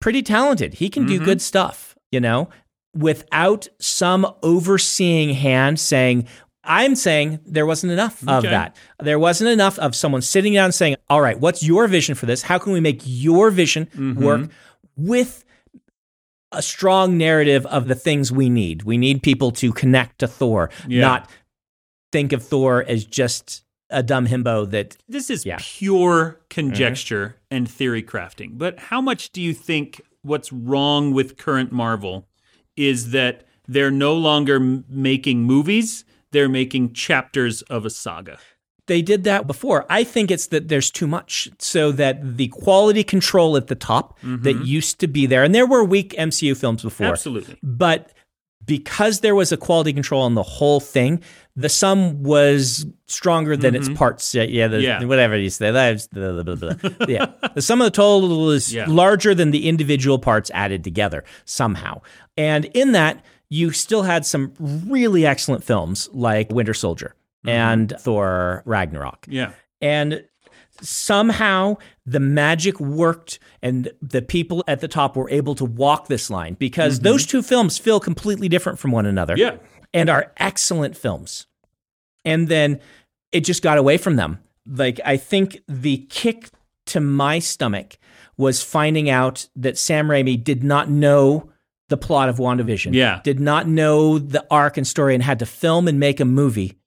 [SPEAKER 2] pretty talented. He can
[SPEAKER 1] Mm-hmm.
[SPEAKER 2] do good stuff, you know, without some overseeing hand saying, I'm saying there wasn't enough of
[SPEAKER 1] Okay.
[SPEAKER 2] that. There wasn't enough of someone sitting down and saying, All right, what's your vision for this? How can we make your vision
[SPEAKER 1] Mm-hmm.
[SPEAKER 2] work with a strong narrative of the things we need. We need people to connect to Thor,
[SPEAKER 1] Yeah.
[SPEAKER 2] not think of Thor as just a dumb himbo that
[SPEAKER 1] This is
[SPEAKER 2] Yeah. Mm-hmm.
[SPEAKER 1] pure conjecture and theory crafting. But how much do you think what's wrong with current Marvel is that they're no longer m- making movies, they're making chapters of a saga?
[SPEAKER 2] they did that before. I think it's that there's too much, so that the quality control at the top that used to be there, and there were weak MCU films before,
[SPEAKER 1] Absolutely.
[SPEAKER 2] but because there was a quality control on the whole thing, the sum was stronger than its parts. Yeah, yeah, the,
[SPEAKER 1] Mm-hmm. Yeah.
[SPEAKER 2] whatever you say. That was- blah, blah, blah,
[SPEAKER 1] [laughs]
[SPEAKER 2] blah. yeah, the sum of the total is
[SPEAKER 1] Yeah.
[SPEAKER 2] larger than the individual parts added together somehow. And in that, you still had some really excellent films like Winter Soldier
[SPEAKER 1] Mm-hmm.
[SPEAKER 2] and Thor Ragnarok
[SPEAKER 1] Yeah.
[SPEAKER 2] and somehow the magic worked and the people at the top were able to walk this line because those two films feel completely different from one another
[SPEAKER 1] Mm-hmm. Yeah.
[SPEAKER 2] and are excellent films and then it just got away from them like i think the kick to my stomach was finding out that sam raimi did not know the plot of wandavision
[SPEAKER 1] Yeah.
[SPEAKER 2] did not know the arc and story and had to film and make a movie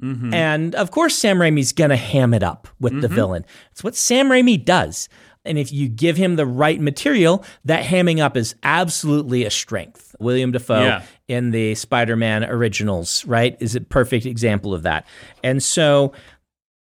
[SPEAKER 1] hmm
[SPEAKER 2] and of course, Sam Raimi's going to ham it up with the
[SPEAKER 1] Mm-hmm.
[SPEAKER 2] villain. It's what Sam Raimi does. And if you give him the right material, that hamming up is absolutely a strength. William Dafoe
[SPEAKER 1] Yeah.
[SPEAKER 2] in the Spider Man originals, right, is a perfect example of that. And so,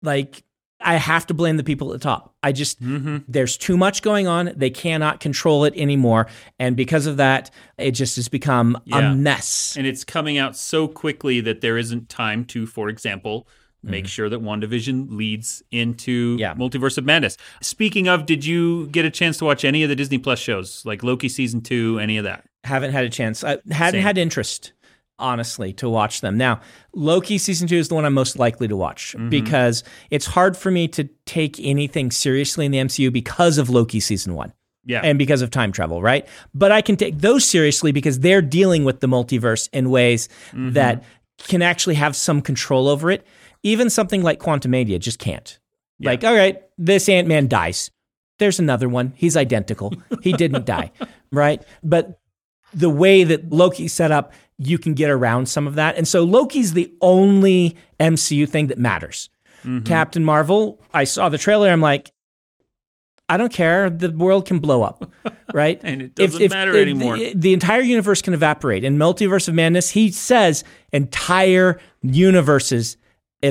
[SPEAKER 2] like, I have to blame the people at the top. I just,
[SPEAKER 1] Mm-hmm.
[SPEAKER 2] there's too much going on. They cannot control it anymore. And because of that, it just has become
[SPEAKER 1] Yeah.
[SPEAKER 2] a mess.
[SPEAKER 1] And it's coming out so quickly that there isn't time to, for example, make sure that WandaVision leads into
[SPEAKER 2] Mm-hmm. Yeah.
[SPEAKER 1] Multiverse of Madness. Speaking of, did you get a chance to watch any of the Disney Plus shows, like Loki season two, any of that?
[SPEAKER 2] haven't had a chance. I hadn't
[SPEAKER 1] Same.
[SPEAKER 2] had interest, honestly, to watch them. Now, Loki season two is the one I'm most likely to watch
[SPEAKER 1] Mm-hmm.
[SPEAKER 2] because it's hard for me to take anything seriously in the MCU because of Loki season one
[SPEAKER 1] Yeah.
[SPEAKER 2] and because of time travel, right? But I can take those seriously because they're dealing with the multiverse in ways
[SPEAKER 1] Mm-hmm.
[SPEAKER 2] that can actually have some control over it. Even something like Quantumania just can't. Like, all right, this Ant Man dies. There's another one. He's identical. He didn't die, [laughs] right? But the way that Loki's set up, you can get around some of that. And so Loki's the only MCU thing that matters.
[SPEAKER 1] Mm-hmm.
[SPEAKER 2] Captain Marvel, I saw the trailer. I'm like, I don't care. The world can
[SPEAKER 1] [laughs]
[SPEAKER 2] blow up, right?
[SPEAKER 1] And it doesn't matter
[SPEAKER 2] the-
[SPEAKER 1] anymore.
[SPEAKER 2] The, the entire universe can evaporate. In Multiverse of Madness, he says entire universes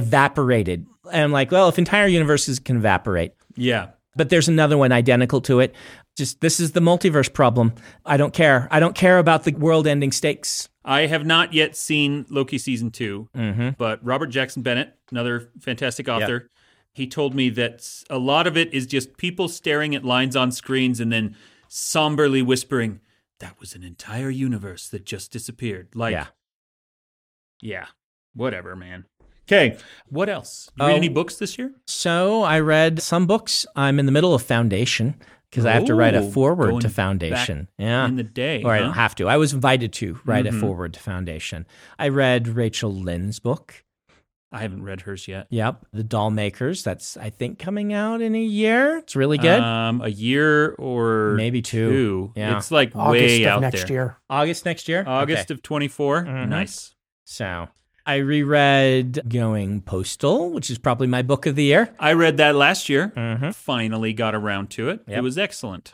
[SPEAKER 2] evaporated. And I'm like, well, if entire universes can evaporate,
[SPEAKER 1] yeah.
[SPEAKER 2] but there's another one identical to it. Just this is the multiverse problem. I don't care. I don't care about the world ending stakes.
[SPEAKER 1] I have not yet seen Loki season 2
[SPEAKER 2] Mm-hmm.
[SPEAKER 1] but Robert Jackson Bennett, another fantastic author, he told me that s- a lot of it is just people staring at lines on screens and then somberly whispering, "That was an entire universe that just disappeared." Like,
[SPEAKER 2] Yeah.
[SPEAKER 1] yeah, whatever, man. Okay, what else? You read
[SPEAKER 2] Oh.
[SPEAKER 1] any books this year?
[SPEAKER 2] So I read some books. I'm in the middle of Foundation because I have to write a
[SPEAKER 1] Ooh,
[SPEAKER 2] foreword
[SPEAKER 1] going
[SPEAKER 2] to
[SPEAKER 1] back
[SPEAKER 2] Foundation. Yeah.
[SPEAKER 1] in the day,
[SPEAKER 2] Or
[SPEAKER 1] huh?
[SPEAKER 2] I
[SPEAKER 1] Mm-hmm.
[SPEAKER 2] don't have to. I was invited to write a foreword to Foundation. I read Rachel Lynn's book.
[SPEAKER 1] I haven't read hers yet.
[SPEAKER 2] Yep. The Doll Makers. That's, I think, coming out in a year. It's really good.
[SPEAKER 1] Um, a year or
[SPEAKER 2] Maybe two. Yeah.
[SPEAKER 1] It's like
[SPEAKER 4] August
[SPEAKER 1] way
[SPEAKER 4] of
[SPEAKER 1] out
[SPEAKER 4] next
[SPEAKER 1] there.
[SPEAKER 4] year.
[SPEAKER 2] August next year?
[SPEAKER 1] August of 24.
[SPEAKER 2] Mhm.
[SPEAKER 1] Nice.
[SPEAKER 2] So I reread Going Postal, which is probably my book of the year.
[SPEAKER 1] I read that last year.
[SPEAKER 2] Mhm.
[SPEAKER 1] Finally got around to it. It
[SPEAKER 2] Yep.
[SPEAKER 1] was excellent.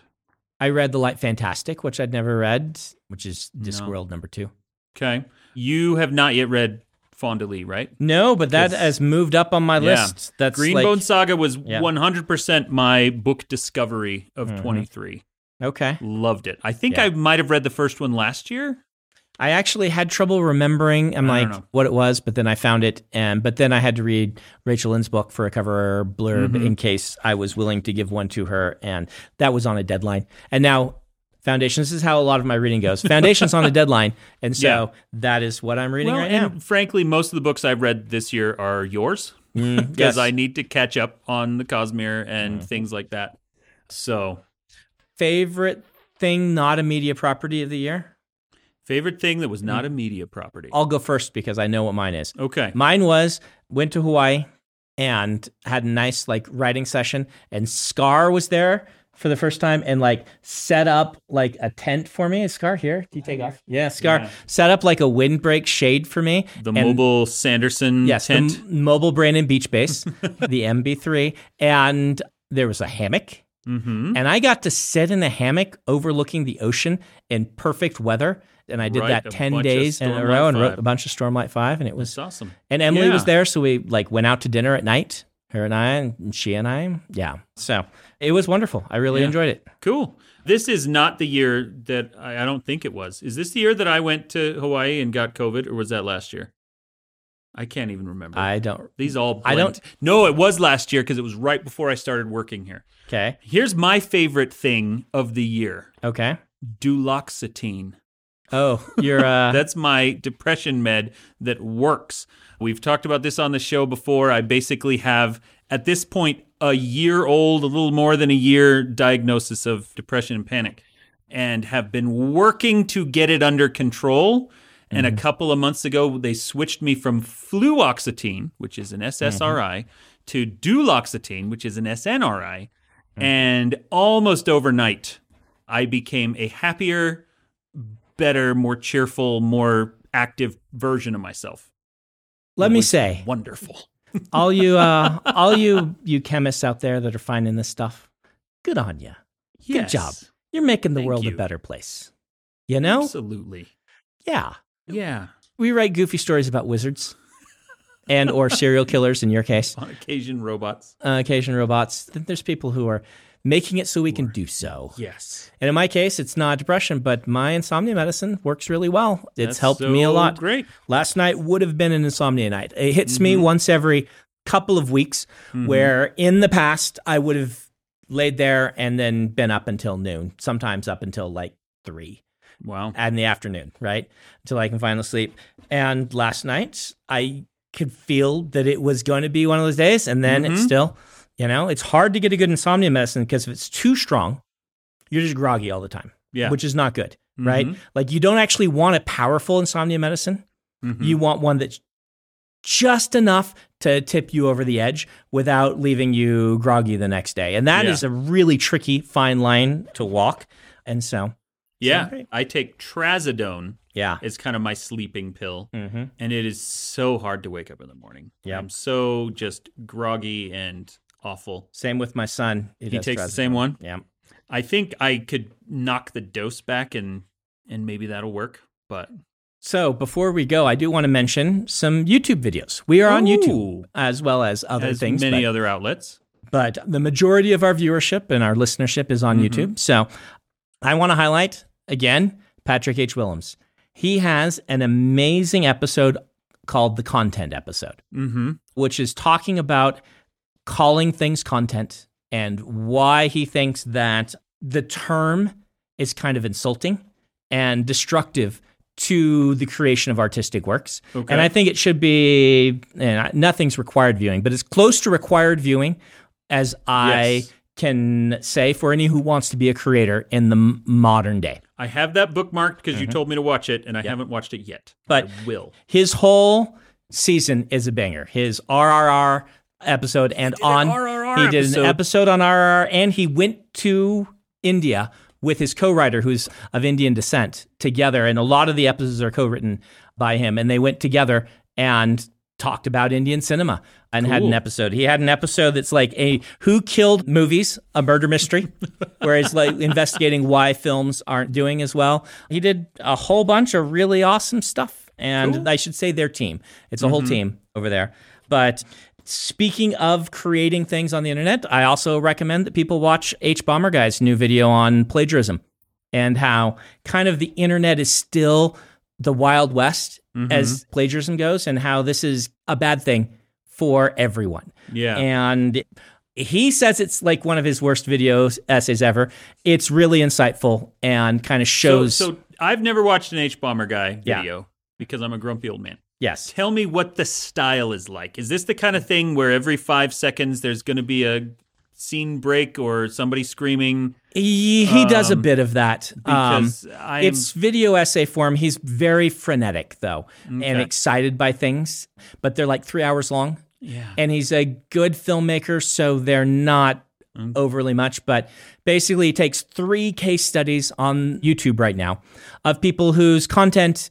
[SPEAKER 2] I read The Light Fantastic, which I'd never read, which is Discworld number two.
[SPEAKER 1] Okay. You have not yet read Fond du Lis, right?
[SPEAKER 2] No, but that
[SPEAKER 1] Yes.
[SPEAKER 2] has moved up on my
[SPEAKER 1] Yeah.
[SPEAKER 2] list. That's
[SPEAKER 1] Green
[SPEAKER 2] like,
[SPEAKER 1] Bone Saga was
[SPEAKER 2] Yeah.
[SPEAKER 1] 100% my book discovery of
[SPEAKER 2] Mhm.
[SPEAKER 1] 23.
[SPEAKER 2] Okay.
[SPEAKER 1] Loved it. I think
[SPEAKER 2] Yeah.
[SPEAKER 1] I might have read the first one last year.
[SPEAKER 2] I actually had trouble remembering. I'm
[SPEAKER 1] I don't
[SPEAKER 2] like
[SPEAKER 1] know.
[SPEAKER 2] what it was, but then I found it, and but then I had to read Rachel Lynn's book for a cover blurb
[SPEAKER 1] Mm-hmm.
[SPEAKER 2] in case I was willing to give one to her, and that was on a deadline. And now Foundations is how a lot of my reading goes.
[SPEAKER 1] [laughs]
[SPEAKER 2] Foundations on a deadline, and so
[SPEAKER 1] Yeah.
[SPEAKER 2] that is what I'm reading
[SPEAKER 1] Well,
[SPEAKER 2] right
[SPEAKER 1] and
[SPEAKER 2] now.
[SPEAKER 1] frankly, most of the books I've read this year are yours [laughs] because
[SPEAKER 2] Mm, yes. Mm-hmm.
[SPEAKER 1] I need to catch up on the Cosmere and things like that. So,
[SPEAKER 2] Favorite thing, not a media property of the year.
[SPEAKER 1] favorite thing that was
[SPEAKER 2] Mm.
[SPEAKER 1] not a media property.
[SPEAKER 2] I'll go first because I know what mine is.
[SPEAKER 1] Okay.
[SPEAKER 2] Mine was went to Hawaii and had a nice like writing session and Scar was there for the first time and like set up like a tent for me. Is Scar here? Can you take off? Yeah, Scar set up like a windbreak shade for me.
[SPEAKER 1] The
[SPEAKER 2] and-
[SPEAKER 1] mobile Sanderson
[SPEAKER 2] yes, the
[SPEAKER 1] tent.
[SPEAKER 2] m- mobile Brandon Beach
[SPEAKER 1] [laughs]
[SPEAKER 2] Base, the MB3, and there was a hammock.
[SPEAKER 1] mm-hmm.
[SPEAKER 2] And I got to sit in a hammock overlooking the ocean in perfect weather. And I did
[SPEAKER 1] Right, a
[SPEAKER 2] that 10
[SPEAKER 1] bunch of
[SPEAKER 2] days in a
[SPEAKER 1] Stormlight
[SPEAKER 2] row and wrote
[SPEAKER 1] Five.
[SPEAKER 2] a bunch of Stormlight 5. And it was
[SPEAKER 1] It's awesome.
[SPEAKER 2] and Emily was
[SPEAKER 1] Yeah.
[SPEAKER 2] there, so we like went out to dinner at night. Her and I, and she and I. Yeah. So it was wonderful. I really
[SPEAKER 1] Yeah.
[SPEAKER 2] enjoyed it.
[SPEAKER 1] Cool. This is not the year that I, I don't think it was. Is this the year that I went to Hawaii and got COVID, or was that last year? I can't even remember.
[SPEAKER 2] I don't.
[SPEAKER 1] These all. Blend.
[SPEAKER 2] I don't-
[SPEAKER 1] No, it was last year because it was right before I started working here.
[SPEAKER 2] Okay.
[SPEAKER 1] Here's my favorite thing of the year:
[SPEAKER 2] Okay.
[SPEAKER 1] duloxetine.
[SPEAKER 2] Oh, you're.
[SPEAKER 1] [laughs]
[SPEAKER 2] Uh,
[SPEAKER 1] That's my depression med that works. We've talked about this on the show before. I basically have, at this point, a year old, a little more than a year diagnosis of depression and panic, and have been working to get it under control. And a couple of months ago, they switched me from fluoxetine, which is an SSRI, to duloxetine, which is an SNRI. And almost overnight, I became a happier, better, more cheerful, more active version of myself.
[SPEAKER 2] let me say,
[SPEAKER 1] Wonderful.
[SPEAKER 2] all you, uh, all you, you chemists out there that are finding this stuff, good on you.
[SPEAKER 1] Yes,
[SPEAKER 2] job. Oh. You're making the
[SPEAKER 1] Thank
[SPEAKER 2] world
[SPEAKER 1] you.
[SPEAKER 2] a better place. You know?
[SPEAKER 1] Absolutely.
[SPEAKER 2] Yeah.
[SPEAKER 1] Yeah.
[SPEAKER 2] We write goofy stories about wizards, and or serial killers in your case.
[SPEAKER 1] On occasion, robots.
[SPEAKER 2] Uh, occasion robots. Then there's people who are making it so we can do so.
[SPEAKER 1] Yes.
[SPEAKER 2] And in my case, it's not depression, but my insomnia medicine works really well. It's
[SPEAKER 1] That's
[SPEAKER 2] helped
[SPEAKER 1] so
[SPEAKER 2] me a lot.
[SPEAKER 1] Great.
[SPEAKER 2] Last night would have been an insomnia night. It hits me once every couple of weeks, where in the past I would have laid there and then been up until noon, sometimes up until like three
[SPEAKER 1] Wow.
[SPEAKER 2] in the afternoon, right? Until I can finally sleep. And last night I could feel that it was going to be one of those days. And then
[SPEAKER 1] Mm-hmm.
[SPEAKER 2] it's still, you know, it's hard to get a good insomnia medicine because if it's too strong, you're just groggy all the time,
[SPEAKER 1] Yeah. Mm-hmm.
[SPEAKER 2] which is not good, right? Like you don't actually want a powerful insomnia medicine.
[SPEAKER 1] Mm-hmm.
[SPEAKER 2] You want one that's just enough to tip you over the edge without leaving you groggy the next day. And that is
[SPEAKER 1] Yeah.
[SPEAKER 2] a really tricky fine line to walk. And so,
[SPEAKER 1] Yeah.
[SPEAKER 2] great.
[SPEAKER 1] I take trazodone
[SPEAKER 2] yeah.
[SPEAKER 1] as kind of my sleeping pill,
[SPEAKER 2] Mm-hmm.
[SPEAKER 1] and it is so hard to wake up in the morning.
[SPEAKER 2] Yeah.
[SPEAKER 1] I'm so just groggy and awful.
[SPEAKER 2] Same with my son. He,
[SPEAKER 1] He
[SPEAKER 2] does
[SPEAKER 1] takes the
[SPEAKER 2] drugs.
[SPEAKER 1] same one.
[SPEAKER 2] Yeah.
[SPEAKER 1] I think I could knock the dose back, and and maybe that'll work. But
[SPEAKER 2] So before we go, I do want to mention some YouTube videos. We are on YouTube
[SPEAKER 1] Ooh.
[SPEAKER 2] as well as other
[SPEAKER 1] as
[SPEAKER 2] things.
[SPEAKER 1] many
[SPEAKER 2] but,
[SPEAKER 1] other outlets.
[SPEAKER 2] but the majority of our viewership and our listenership is on YouTube. So I want to highlight again Patrick H. Willems. He has an amazing episode called the content episode,
[SPEAKER 1] Mm-hmm.
[SPEAKER 2] which is talking about calling things content and why he thinks that the term is kind of insulting and destructive to the creation of artistic works.
[SPEAKER 1] Okay.
[SPEAKER 2] And I think it should be and I- nothing's required viewing, but it's close to required viewing as I
[SPEAKER 1] Yes.
[SPEAKER 2] can say for any who wants to be a creator in the m- modern day.
[SPEAKER 1] I have that bookmarked because
[SPEAKER 2] Mm-hmm.
[SPEAKER 1] you told me to watch it, and I haven't watched it yet.
[SPEAKER 2] But-
[SPEAKER 1] I will.
[SPEAKER 2] His whole season is a banger. His RRR episode and on
[SPEAKER 1] RRR
[SPEAKER 2] he did
[SPEAKER 1] episode.
[SPEAKER 2] an episode on RRR and he went to India with his co-writer who's of Indian descent together and a lot of the episodes are co-written by him and they went together and talked about Indian cinema and had an episode. He had an episode that's like a who killed movies, a murder mystery, where he's like investigating why films aren't doing as well. He did a whole bunch of really awesome stuff and I should say their team. It's a whole team over there. But speaking of creating things on the internet, I also recommend that people watch H Bomber Guy's new video on plagiarism and how kind of the internet is still the Wild West
[SPEAKER 1] Mm-hmm.
[SPEAKER 2] as plagiarism goes and how this is a bad thing for everyone.
[SPEAKER 1] Yeah.
[SPEAKER 2] And he says it's like one of his worst video essays ever. It's really insightful and kind of
[SPEAKER 1] So,
[SPEAKER 2] shows.
[SPEAKER 1] so I've never watched an H bomber guy
[SPEAKER 2] Yeah.
[SPEAKER 1] video because I'm a grumpy old man.
[SPEAKER 2] yes.
[SPEAKER 1] Tell me what the style is like. Is this the kind
[SPEAKER 2] Mm.
[SPEAKER 1] of thing where every five seconds there's going to be a scene break or somebody screaming?
[SPEAKER 2] He, he does a bit of that. Um,
[SPEAKER 1] Because I'm-
[SPEAKER 2] it's video essay form. He's very frenetic though, and excited by things, but they're like three hours long.
[SPEAKER 1] Yeah.
[SPEAKER 2] And he's a good filmmaker, so they're not
[SPEAKER 1] Mm.
[SPEAKER 2] overly much. But basically, he takes three case studies on YouTube right now of people whose content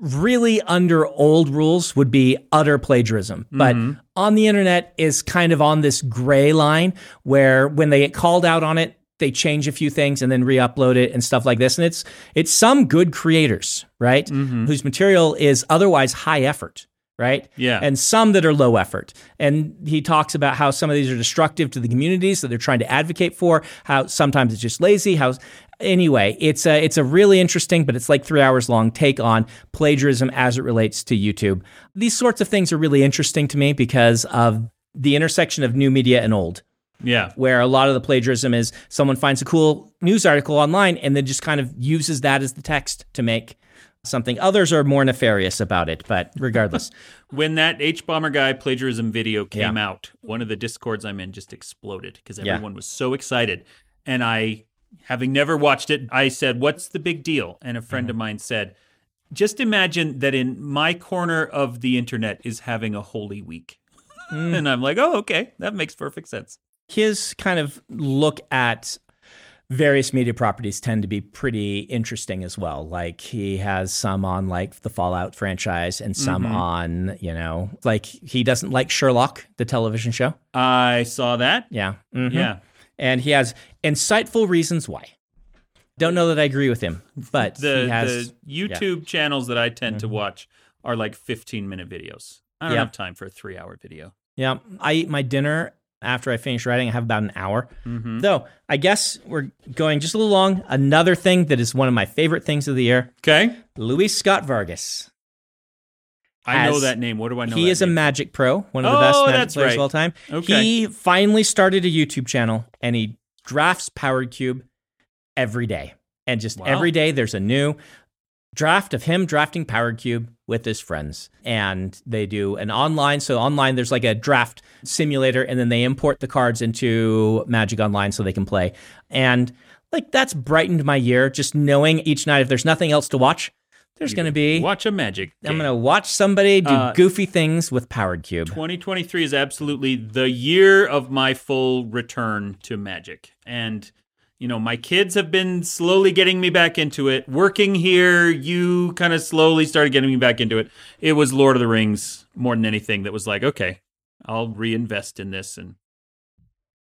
[SPEAKER 2] really under old rules would be utter plagiarism but on the internet is kind of on this gray line where when they get called out on it they change a few things and then re-upload it and stuff like this and it's it's some good creators right whose material is otherwise high effort right
[SPEAKER 1] Yeah.
[SPEAKER 2] and some that are low effort and he talks about how some of these are destructive to the communities that they're trying to advocate for how sometimes it's just lazy how anyway, it's a it's a really interesting, but it's like three hours long take on plagiarism as it relates to YouTube. These sorts of things are really interesting to me because of the intersection of new media and old,
[SPEAKER 1] Yeah.
[SPEAKER 2] where a lot of the plagiarism is someone finds a cool news article online and then just kind of uses that as the text to make something. Others are more nefarious about it, but regardless.
[SPEAKER 1] When that H bomber guy plagiarism video came out, one of the discords I'm in just exploded because
[SPEAKER 2] Yeah.
[SPEAKER 1] everyone was so excited. And I, having never watched it, I said, "What's the big deal?" And a friend
[SPEAKER 2] Mm-hmm.
[SPEAKER 1] of mine said, "Just imagine that in my corner of the internet is having a holy week."
[SPEAKER 2] Mm.
[SPEAKER 1] And I'm like, "Oh, okay, that makes perfect sense."
[SPEAKER 2] his kind of look at various media properties tend to be pretty interesting as well. Like he has some on like the Fallout franchise and some
[SPEAKER 1] Mm-hmm.
[SPEAKER 2] on, you know, like he doesn't like Sherlock, the television show.
[SPEAKER 1] I saw that.
[SPEAKER 2] Yeah. Mhm.
[SPEAKER 1] Yeah.
[SPEAKER 2] And he has insightful reasons why. Don't know that I agree with him, but
[SPEAKER 1] The,
[SPEAKER 2] he has Mm-hmm.
[SPEAKER 1] the YouTube channels that I tend to watch are like 15 minute videos. I don't
[SPEAKER 2] Yeah.
[SPEAKER 1] have time for a three hour video.
[SPEAKER 2] Yeah, I eat my dinner after I finish writing. I have about an hour.
[SPEAKER 1] Mm-hmm.
[SPEAKER 2] Though I guess we're going just a little long. Another thing that is one of my favorite things of the year:
[SPEAKER 1] Okay.
[SPEAKER 2] Luis Scott Vargas.
[SPEAKER 1] I know
[SPEAKER 2] As-
[SPEAKER 1] that name. What do I know?
[SPEAKER 2] he
[SPEAKER 1] that
[SPEAKER 2] is a
[SPEAKER 1] name?
[SPEAKER 2] Magic Pro, one of the
[SPEAKER 1] Oh,
[SPEAKER 2] best Magic
[SPEAKER 1] that's
[SPEAKER 2] players
[SPEAKER 1] right.
[SPEAKER 2] of all time.
[SPEAKER 1] Okay.
[SPEAKER 2] He finally started a YouTube channel and he drafts Powered Cube every day. And just
[SPEAKER 1] Wow.
[SPEAKER 2] every day there's a new draft of him drafting Powered Cube with his friends. And they do an online, so online there's like a draft simulator and then they import the cards into Magic Online so they can play. And like that's brightened my year just knowing each night if there's nothing else to watch, there's going to be
[SPEAKER 1] Watch a Magic.
[SPEAKER 2] I'm
[SPEAKER 1] game.
[SPEAKER 2] gonna watch somebody do
[SPEAKER 1] Uh,
[SPEAKER 2] goofy things with Powered Cube.
[SPEAKER 1] 2023 is absolutely the year of my full return to Magic. And, you know, my kids have been slowly getting me back into it. Working here, you kind of slowly started getting me back into it. It was Lord of the Rings more than anything that was like, okay, I'll reinvest in this. And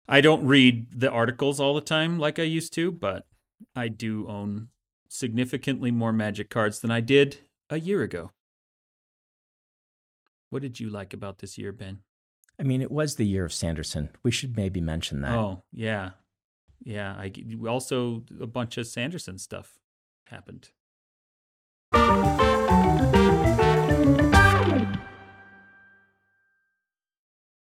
[SPEAKER 1] I don't read the articles all the time like I used to, but I do own significantly more Magic cards than I did a year ago. What did you like about this year, Ben?
[SPEAKER 2] I mean, it was the year of Sanderson. We should maybe mention that.
[SPEAKER 1] Oh yeah, yeah. I g- also a bunch of Sanderson stuff happened.